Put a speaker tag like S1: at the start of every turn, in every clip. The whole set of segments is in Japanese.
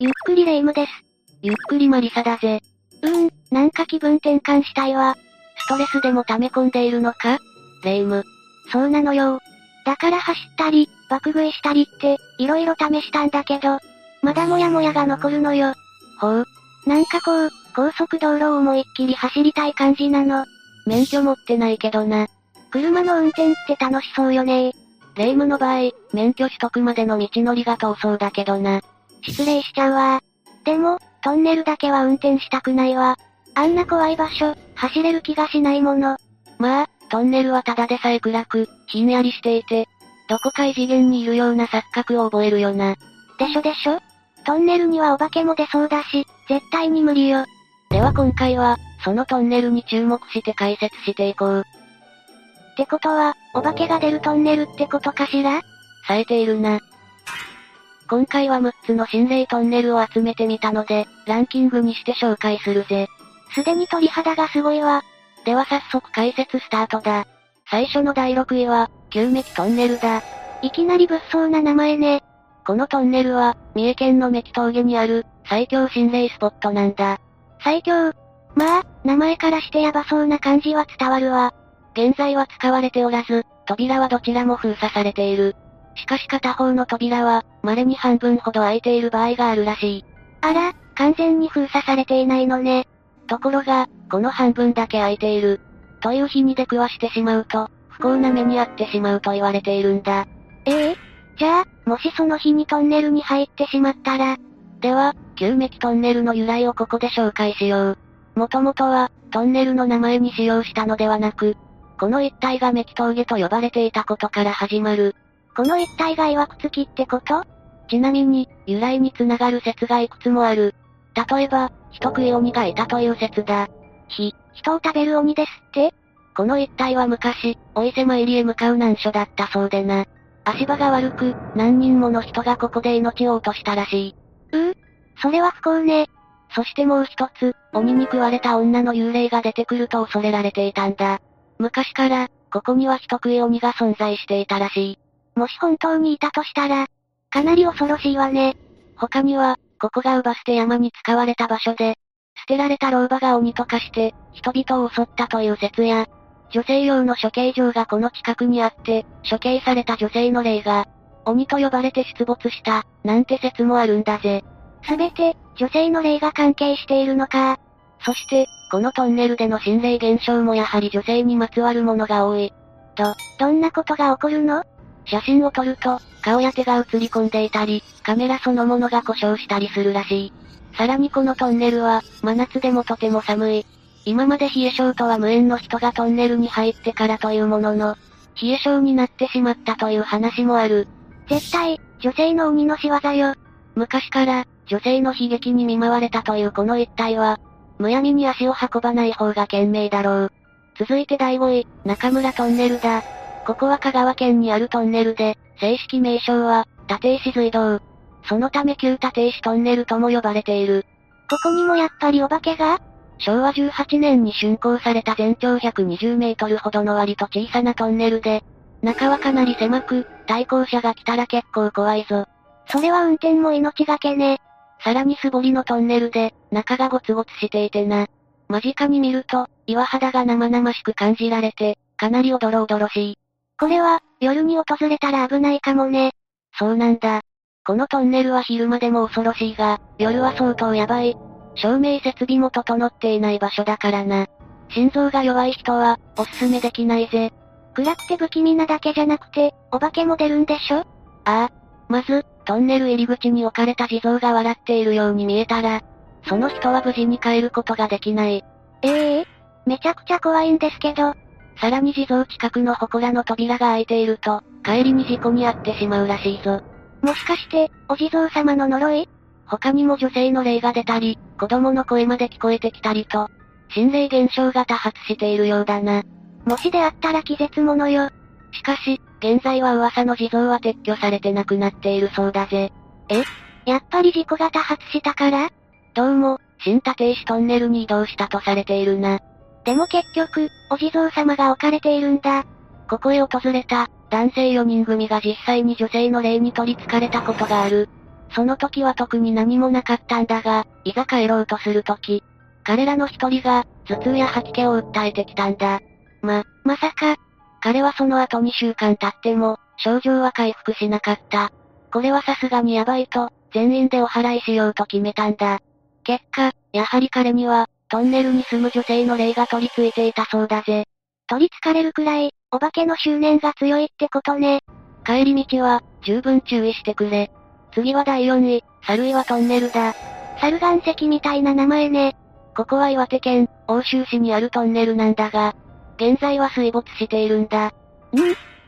S1: ゆっくりレ夢ムです。
S2: ゆっくりマリサだぜ。
S1: うーん、なんか気分転換したいわ。
S2: ストレスでも溜め込んでいるのかレ夢ム。
S1: そうなのよ。だから走ったり、爆食いしたりって、いろいろ試したんだけど、まだモヤモヤが残るのよ。
S2: ほう。
S1: なんかこう、高速道路を思いっきり走りたい感じなの。
S2: 免許持ってないけどな。
S1: 車の運転って楽しそうよね
S2: レ夢ムの場合、免許取得までの道のりが遠そうだけどな。
S1: 失礼しちゃうわ。でも、トンネルだけは運転したくないわ。あんな怖い場所、走れる気がしないもの。
S2: まあ、トンネルはただでさえ暗く、ひんやりしていて、どこか異次元にいるような錯覚を覚えるよな。
S1: でしょでしょトンネルにはお化けも出そうだし、絶対に無理よ。
S2: では今回は、そのトンネルに注目して解説していこう。
S1: ってことは、お化けが出るトンネルってことかしら
S2: 冴えているな。今回は6つの心霊トンネルを集めてみたので、ランキングにして紹介するぜ。
S1: すでに鳥肌がすごいわ。
S2: では早速解説スタートだ。最初の第6位は、旧メキトンネルだ。
S1: いきなり物騒な名前ね。
S2: このトンネルは、三重県のメキ峠にある、最強心霊スポットなんだ。
S1: 最強。まあ、名前からしてヤバそうな感じは伝わるわ。
S2: 現在は使われておらず、扉はどちらも封鎖されている。しかし片方の扉は、稀に半分ほど開いている場合があるらしい。
S1: あら、完全に封鎖されていないのね。
S2: ところが、この半分だけ開いている。という日に出くわしてしまうと、不幸な目に遭ってしまうと言われているんだ。
S1: ええじゃあ、もしその日にトンネルに入ってしまったら、
S2: では、旧メキトンネルの由来をここで紹介しよう。もともとは、トンネルの名前に使用したのではなく、この一帯がメキ峠と呼ばれていたことから始まる。
S1: この一帯が曰くつきってこと
S2: ちなみに、由来につながる説がいくつもある。例えば、人食い鬼がいたという説だ。ひ、
S1: 人を食べる鬼ですって
S2: この一帯は昔、お伊勢参りへ向かう難所だったそうでな。足場が悪く、何人もの人がここで命を落としたらしい。
S1: それは不幸ね。
S2: そしてもう一つ、鬼に食われた女の幽霊が出てくると恐れられていたんだ。昔から、ここには人食い鬼が存在していたらしい。
S1: もし本当にいたとしたら、かなり恐ろしいわね。
S2: 他には、ここが乳母捨て山に使われた場所で、捨てられた老婆が鬼と化して、人々を襲ったという説や、女性用の処刑場がこの近くにあって、処刑された女性の霊が、鬼と呼ばれて出没した、なんて説もあるんだぜ。
S1: すべて、女性の霊が関係しているのか。
S2: そして、このトンネルでの心霊現象もやはり女性にまつわるものが多い。
S1: どんなことが起こるの
S2: 写真を撮ると、顔や手が映り込んでいたり、カメラそのものが故障したりするらしい。さらにこのトンネルは、真夏でもとても寒い。今まで冷え性とは無縁の人がトンネルに入ってからというものの、冷え性になってしまったという話もある。
S1: 絶対、女性の鬼の仕業よ。
S2: 昔から、女性の悲劇に見舞われたというこの一帯は、むやみに足を運ばない方が賢明だろう。続いて第5位、中村トンネルだ。ここは香川県にあるトンネルで、正式名称は、立石隧道。そのため旧立石トンネルとも呼ばれている。
S1: ここにもやっぱりお化けが
S2: 昭和18年に竣工された全長120メートルほどの割と小さなトンネルで、中はかなり狭く、対向車が来たら結構怖いぞ。
S1: それは運転も命がけね。
S2: さらに素掘りのトンネルで、中がゴツゴツしていてな。間近に見ると、岩肌が生々しく感じられて、かなりおどろおどろしい。
S1: これは、夜に訪れたら危ないかもね。
S2: そうなんだ。このトンネルは昼間でも恐ろしいが、夜は相当やばい。照明設備も整っていない場所だからな。心臓が弱い人は、おすすめできないぜ。
S1: 暗くて不気味なだけじゃなくて、お化けも出るんでしょ
S2: ああ。まず、トンネル入り口に置かれた地蔵が笑っているように見えたら、その人は無事に帰ることができない。
S1: ええめちゃくちゃ怖いんですけど、
S2: さらに地蔵近くの祠の扉が開いていると、帰りに事故に遭ってしまうらしいぞ。
S1: もしかして、お地蔵様の呪い
S2: 他にも女性の霊が出たり、子供の声まで聞こえてきたりと、心霊現象が多発しているようだな。
S1: もしであったら気絶ものよ。
S2: しかし、現在は噂の地蔵は撤去されてなくなっているそうだぜ。
S1: やっぱり事故が多発したから
S2: どうも、新立石トンネルに移動したとされているな。
S1: でも結局、お地蔵様が置かれているんだ。
S2: ここへ訪れた、男性4人組が実際に女性の霊に取り憑かれたことがある。その時は特に何もなかったんだが、いざ帰ろうとする時、彼らの一人が、頭痛や吐き気を訴えてきたんだ。ま、まさか、彼はその後2週間経っても、症状は回復しなかった。これはさすがにやばいと、全員でお祓いしようと決めたんだ。結果、やはり彼には、トンネルに住む女性の霊が取り付いていたそうだぜ。
S1: 取り憑かれるくらい、お化けの執念が強いってことね。
S2: 帰り道は、十分注意してくれ。次は第4位、猿岩トンネルだ。
S1: 猿岩石みたいな名前ね。
S2: ここは岩手県、奥州市にあるトンネルなんだが、現在は水没しているんだ。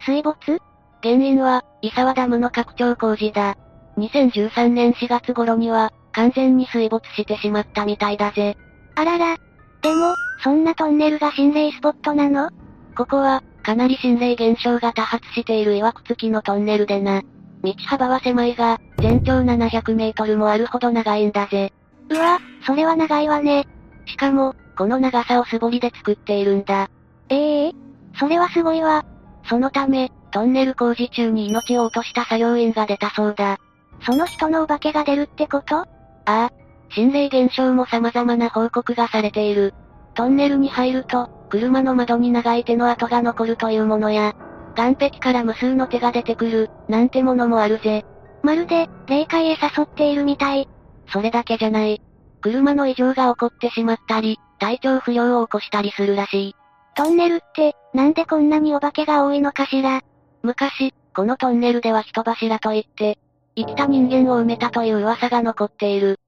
S1: 水没
S2: 原因は、伊沢ダムの拡張工事だ。2013年4月頃には、完全に水没してしまったみたいだぜ。
S1: あらら。でも、そんなトンネルが心霊スポットなの
S2: ここは、かなり心霊現象が多発している曰くつきのトンネルでな。道幅は狭いが、全長700メートルもあるほど長いんだぜ。
S1: うわ、それは長いわね。
S2: しかも、この長さを素掘りで作っているんだ。
S1: ええそれはすごいわ。
S2: そのため、トンネル工事中に命を落とした作業員が出たそうだ。
S1: その人のお化けが出るってこと
S2: ああ、心霊現象も様々な報告がされている。トンネルに入ると、車の窓に長い手の跡が残るというものや、岩壁から無数の手が出てくる、なんてものもあるぜ。
S1: まるで、霊界へ誘っているみたい。
S2: それだけじゃない。車の異常が起こってしまったり、体調不良を起こしたりするらしい。
S1: トンネルって、なんでこんなにお化けが多いのかしら
S2: 昔、このトンネルでは人柱といって、生きた人間を埋めたという噂が残っている。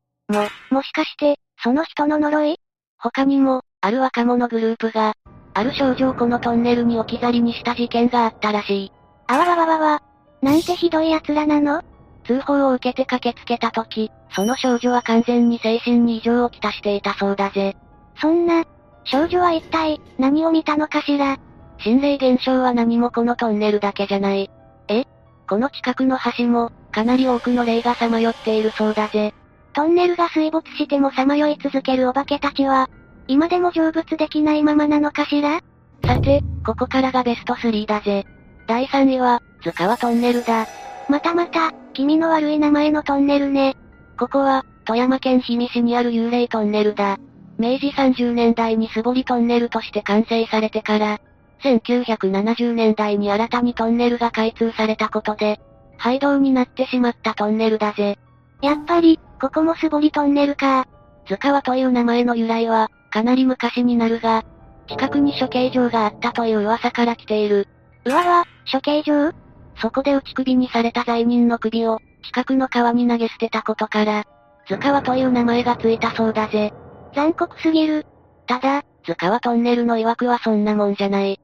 S1: もしかして、その人の呪い
S2: 他にも、ある若者グループが、ある少女をこのトンネルに置き去りにした事件があったらしい。
S1: あわわわわわ。なんてひどい奴らなの
S2: 通報を受けて駆けつけた時、その少女は完全に精神に異常をきたしていたそうだぜ。
S1: そんな、少女は一体、何を見たのかしら
S2: 心霊現象は何もこのトンネルだけじゃない。えこの近くの橋も、かなり多くの霊がさまよっているそうだぜ。
S1: トンネルが水没してもさまよい続けるお化けたちは、今でも成仏できないままなのかしら
S2: さて、ここからがベスト3だぜ。第3位は、塚川トンネルだ。
S1: またまた、気味の悪い名前のトンネルね。
S2: ここは、富山県氷見市にある幽霊トンネルだ。明治30年代に素掘りトンネルとして完成されてから、1970年代に新たにトンネルが開通されたことで、廃道になってしまったトンネルだぜ。
S1: やっぱり、ここも素掘りトンネルか。
S2: 塚川という名前の由来は、かなり昔になるが、近くに処刑場があったという噂から来ている。
S1: うわわ、処刑場
S2: そこで打ち首にされた罪人の首を、近くの川に投げ捨てたことから、塚川という名前がついたそうだぜ。
S1: 残酷すぎる。
S2: ただ、塚川トンネルの曰くはそんなもんじゃない。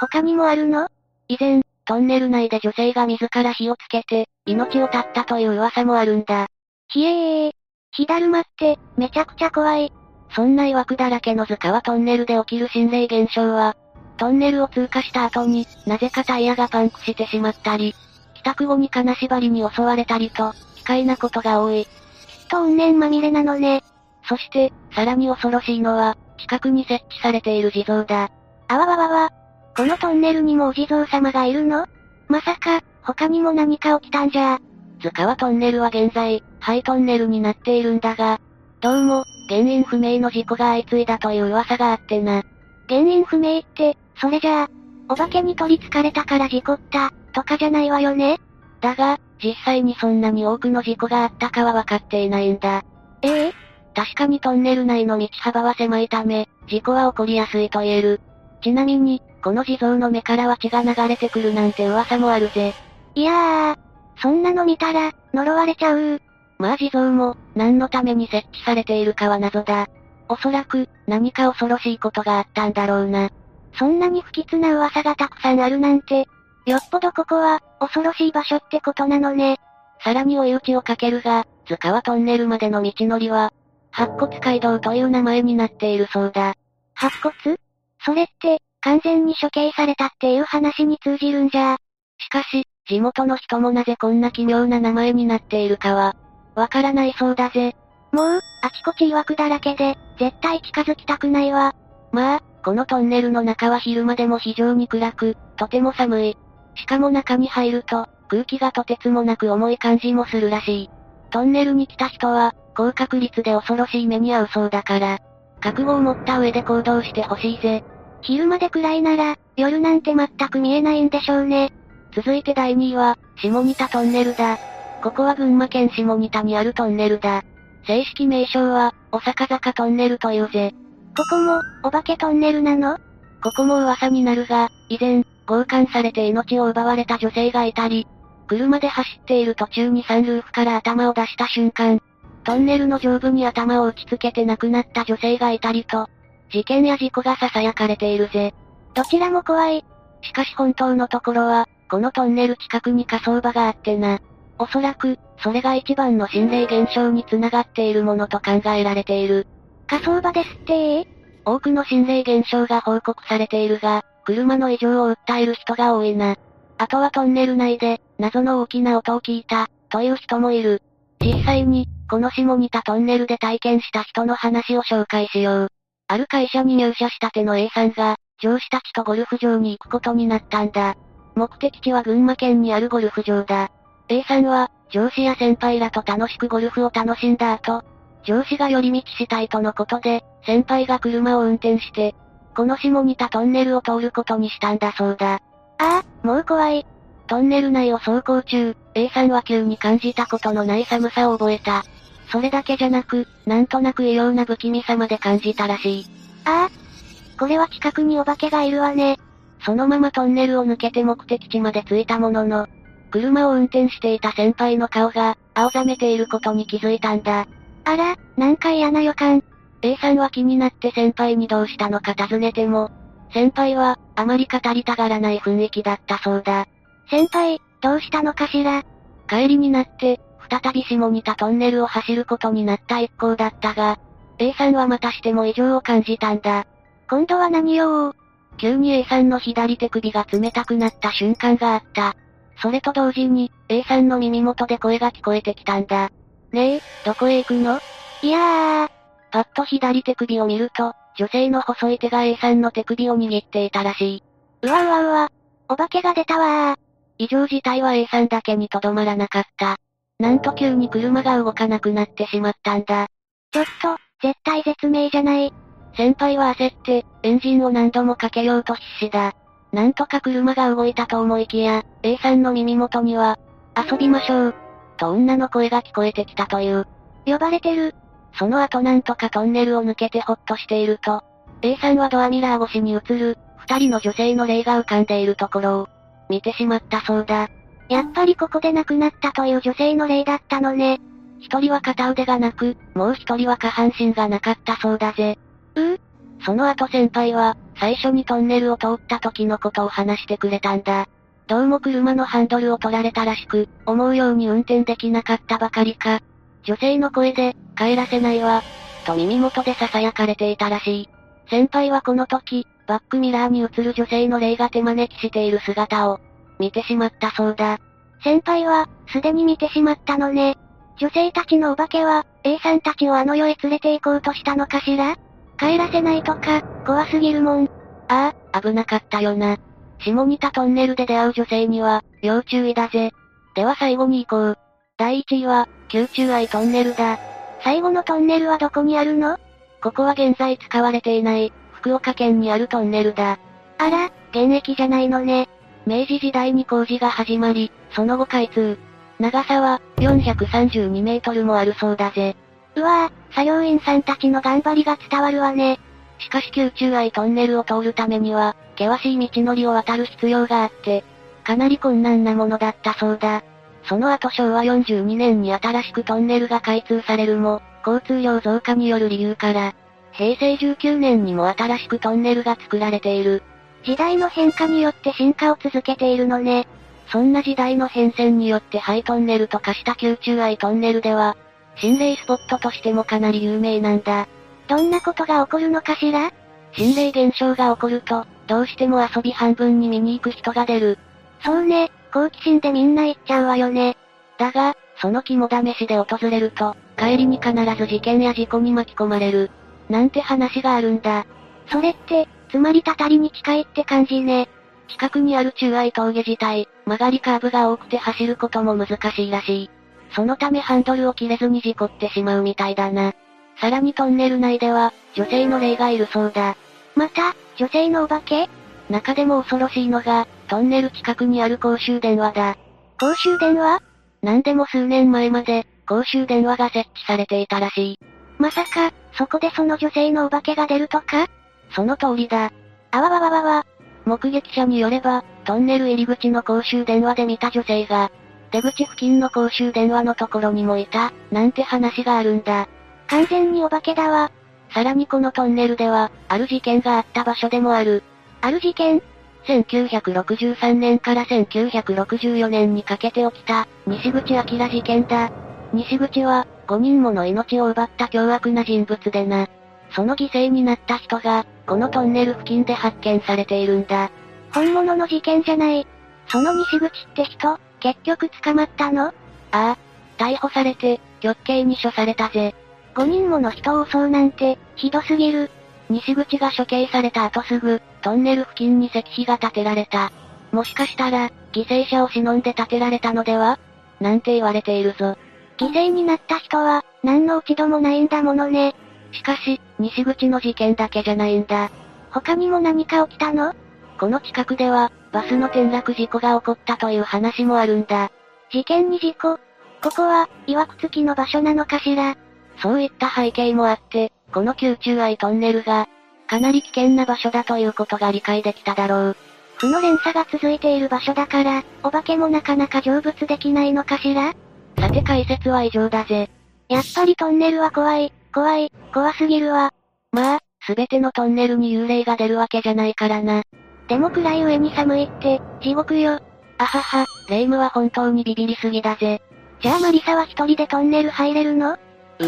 S1: 他にもあるの
S2: 以前、トンネル内で女性が自ら火をつけて、命を絶ったという噂もあるんだ。
S1: ひえー。火だるまって、めちゃくちゃ怖い。
S2: そんな曰くだらけの図鑑はトンネルで起きる心霊現象は、トンネルを通過した後に、なぜかタイヤがパンクしてしまったり、帰宅後に金縛りに襲われたりと、奇怪なことが多い。
S1: きっと怨念まみれなのね。
S2: そして、さらに恐ろしいのは、近くに設置されている地蔵だ。
S1: あわわわわ。このトンネルにもお地蔵様がいるのまさか、他にも何か起きたんじゃ。
S2: 図鑑はトンネルは現在、廃トンネルになっているんだが、どうも、原因不明の事故が相次いだという噂があってな。
S1: 原因不明って、それじゃあ、お化けに取り憑かれたから事故った、とかじゃないわよね
S2: だが、実際にそんなに多くの事故があったかは分かっていないんだ。
S1: ええ
S2: 確かにトンネル内の道幅は狭いため、事故は起こりやすいと言える。ちなみに、この地蔵の目からは血が流れてくるなんて噂もあるぜ。
S1: いやー、そんなの見たら、呪われちゃう。
S2: まあ地蔵も、何のために設置されているかは謎だ。おそらく、何か恐ろしいことがあったんだろうな。
S1: そんなに不吉な噂がたくさんあるなんて、よっぽどここは、恐ろしい場所ってことなのね。
S2: さらに追い打ちをかけるが、塚川トンネルまでの道のりは、白骨街道という名前になっているそうだ。
S1: 白骨それって、完全に処刑されたっていう話に通じるんじゃ。
S2: しかし、地元の人もなぜこんな奇妙な名前になっているかは、わからないそうだぜ。
S1: もう、あちこち曰くだらけで、絶対近づきたくないわ。
S2: まあ、このトンネルの中は昼間でも非常に暗く、とても寒い。しかも中に入ると、空気がとてつもなく重い感じもするらしい。トンネルに来た人は、高確率で恐ろしい目に遭うそうだから、覚悟を持った上で行動してほしいぜ。
S1: 昼まで暗いなら、夜なんて全く見えないんでしょうね。
S2: 続いて第2位は、下仁田トンネルだ。ここは群馬県下仁田にあるトンネルだ。正式名称は、お坂坂トンネルというぜ。
S1: ここも、お化けトンネルなの
S2: ここも噂になるが、以前、強姦されて命を奪われた女性がいたり、車で走っている途中にサンルーフから頭を出した瞬間、トンネルの上部に頭を打ちつけて亡くなった女性がいたりと、事件や事故が囁かれているぜ。
S1: どちらも怖い。
S2: しかし本当のところは、このトンネル近くに火葬場があってな。おそらく、それが一番の心霊現象につながっているものと考えられている。
S1: 火葬場ですって
S2: 多くの心霊現象が報告されているが、車の異常を訴える人が多いな。あとはトンネル内で、謎の大きな音を聞いた、という人もいる。実際に、この下似たトンネルで体験した人の話を紹介しよう。ある会社に入社したての A さんが、上司たちとゴルフ場に行くことになったんだ。目的地は群馬県にあるゴルフ場だ。A さんは、上司や先輩らと楽しくゴルフを楽しんだ後、上司が寄り道したいとのことで、先輩が車を運転して、この下似たトンネルを通ることにしたんだそうだ。
S1: ああ、もう怖い。
S2: トンネル内を走行中、A さんは急に感じたことのない寒さを覚えた。それだけじゃなく、なんとなく異様な不気味さまで感じたらしい。
S1: ああ。これは近くにお化けがいるわね。
S2: そのままトンネルを抜けて目的地まで着いたものの、車を運転していた先輩の顔が、青ざめていることに気づいたんだ。
S1: あら、なんか嫌な予感。
S2: A さんは気になって先輩にどうしたのか尋ねても、先輩は、あまり語りたがらない雰囲気だったそうだ。
S1: 先輩、どうしたのかしら
S2: 帰りになって、再び下似たトンネルを走ることになった一行だったが、A さんはまたしても異常を感じたんだ。
S1: 今度は何を
S2: 急に A さんの左手首が冷たくなった瞬間があった。それと同時に、A さんの耳元で声が聞こえてきたんだ。ねえ、どこへ行くの
S1: いやー、
S2: パッと左手首を見ると、女性の細い手が A さんの手首を握っていたらし
S1: うわうわうわ。お化けが出たわー。
S2: い。異常事態は A さんだけにとどまらなかった。なんと急に車が動かなくなってしまったんだ。
S1: ちょっと、絶対絶命じゃない。
S2: 先輩は焦って、エンジンを何度もかけようと必死だ。なんとか車が動いたと思いきや、A さんの耳元には、遊びましょう。と女の声が聞こえてきたという。
S1: 呼ばれてる。
S2: その後なんとかトンネルを抜けてほっとしていると、A さんはドアミラー越しに映る、二人の女性の霊が浮かんでいるところを、見てしまったそうだ。
S1: やっぱりここで亡くなったという女性の霊だったのね。
S2: 一人は片腕がなく、もう一人は下半身がなかったそうだぜ。
S1: うう
S2: その後先輩は、最初にトンネルを通った時のことを話してくれたんだ。どうも車のハンドルを取られたらしく、思うように運転できなかったばかりか。女性の声で、帰らせないわ。と耳元で囁かれていたらしい。先輩はこの時、バックミラーに映る女性の霊が手招きしている姿を、見てしまったそうだ。
S1: 先輩は、すでに見てしまったのね。女性たちのお化けは、A さんたちをあの世へ連れて行こうとしたのかしら帰らせないとか、怖すぎるもん。
S2: ああ、危なかったよな。下似たトンネルで出会う女性には、要注意だぜ。では最後に行こう。第1位は、宮中愛トンネルだ。
S1: 最後のトンネルはどこにあるの
S2: ここは現在使われていない、福岡県にあるトンネルだ。
S1: あら、現役じゃないのね。
S2: 明治時代に工事が始まり、その後開通。長さは、432メートルもあるそうだぜ。
S1: うわぁ、作業員さんたちの頑張りが伝わるわね。
S2: しかし宮中愛トンネルを通るためには、険しい道のりを渡る必要があって、かなり困難なものだったそうだ。その後昭和42年に新しくトンネルが開通されるも、交通量増加による理由から、平成19年にも新しくトンネルが作られている。
S1: 時代の変化によって進化を続けているのね。
S2: そんな時代の変遷によってハイトンネルと化した宮中愛トンネルでは、心霊スポットとしてもかなり有名なんだ。
S1: どんなことが起こるのかしら
S2: 心霊現象が起こると、どうしても遊び半分に見に行く人が出る。
S1: そうね、好奇心でみんな行っちゃうわよね。
S2: だが、その肝試しで訪れると、帰りに必ず事件や事故に巻き込まれる。なんて話があるんだ。
S1: それって、つまりたたりに近いって感じね。
S2: 近くにある中愛峠自体、曲がりカーブが多くて走ることも難しいらしい。そのためハンドルを切れずに事故ってしまうみたいだな。さらにトンネル内では、女性の霊がいるそうだ。
S1: また、女性のお化け
S2: 中でも恐ろしいのが、トンネル近くにある公衆電話だ。
S1: 公衆電話
S2: なんでも数年前まで、公衆電話が設置されていたらしい。
S1: まさか、そこでその女性のお化けが出るとか
S2: その通りだ。
S1: あわわわわわ。
S2: 目撃者によれば、トンネル入り口の公衆電話で見た女性が、出口付近の公衆電話のところにもいた、なんて話があるんだ。
S1: 完全にお化けだわ。
S2: さらにこのトンネルでは、ある事件があった場所でもある。
S1: ある事件
S2: 1963年から1964年にかけて起きた、西口明事件だ。西口は、5人もの命を奪った凶悪な人物でな。その犠牲になった人が、このトンネル付近で発見されているんだ。
S1: 本物の事件じゃない。その西口って人、結局捕まったのあ
S2: あ。逮捕されて、極刑に処されたぜ。
S1: 5人もの人を襲うなんて、ひどすぎる。
S2: 西口が処刑された後すぐ、トンネル付近に石碑が建てられた。もしかしたら、犠牲者を忍んで建てられたのではなんて言われているぞ。
S1: 犠牲になった人は、何の落ち度もないんだものね。
S2: しかし、西口の事件だけじゃないんだ。
S1: 他にも何か起きたの
S2: この近くでは、バスの転落事故が起こったという話もあるんだ。
S1: 事件に事故ここは、曰くつきの場所なのかしら
S2: そういった背景もあって、この宮中愛トンネルが、かなり危険な場所だということが理解できただろう。
S1: 負の連鎖が続いている場所だから、お化けもなかなか成仏できないのかしら
S2: さて解説は以上だぜ。
S1: やっぱりトンネルは怖い、怖い、怖すぎるわ。
S2: まあ、すべてのトンネルに幽霊が出るわけじゃないからな。
S1: でも暗い上に寒いって、地獄よ。
S2: あはは、霊夢は本当にビビりすぎだぜ。
S1: じゃあマリサは一人でトンネル入れるのう、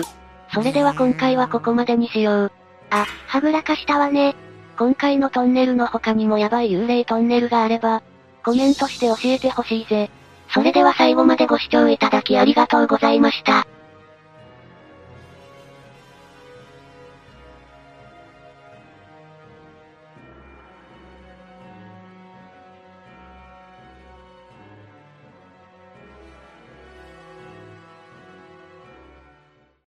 S2: それでは今回はここまでにしよう。
S1: あ、はぐらかしたわね。
S2: 今回のトンネルの他にもヤバい幽霊トンネルがあれば、コメントして教えてほしいぜ。
S1: それでは最後までご視聴いただきありがとうございました。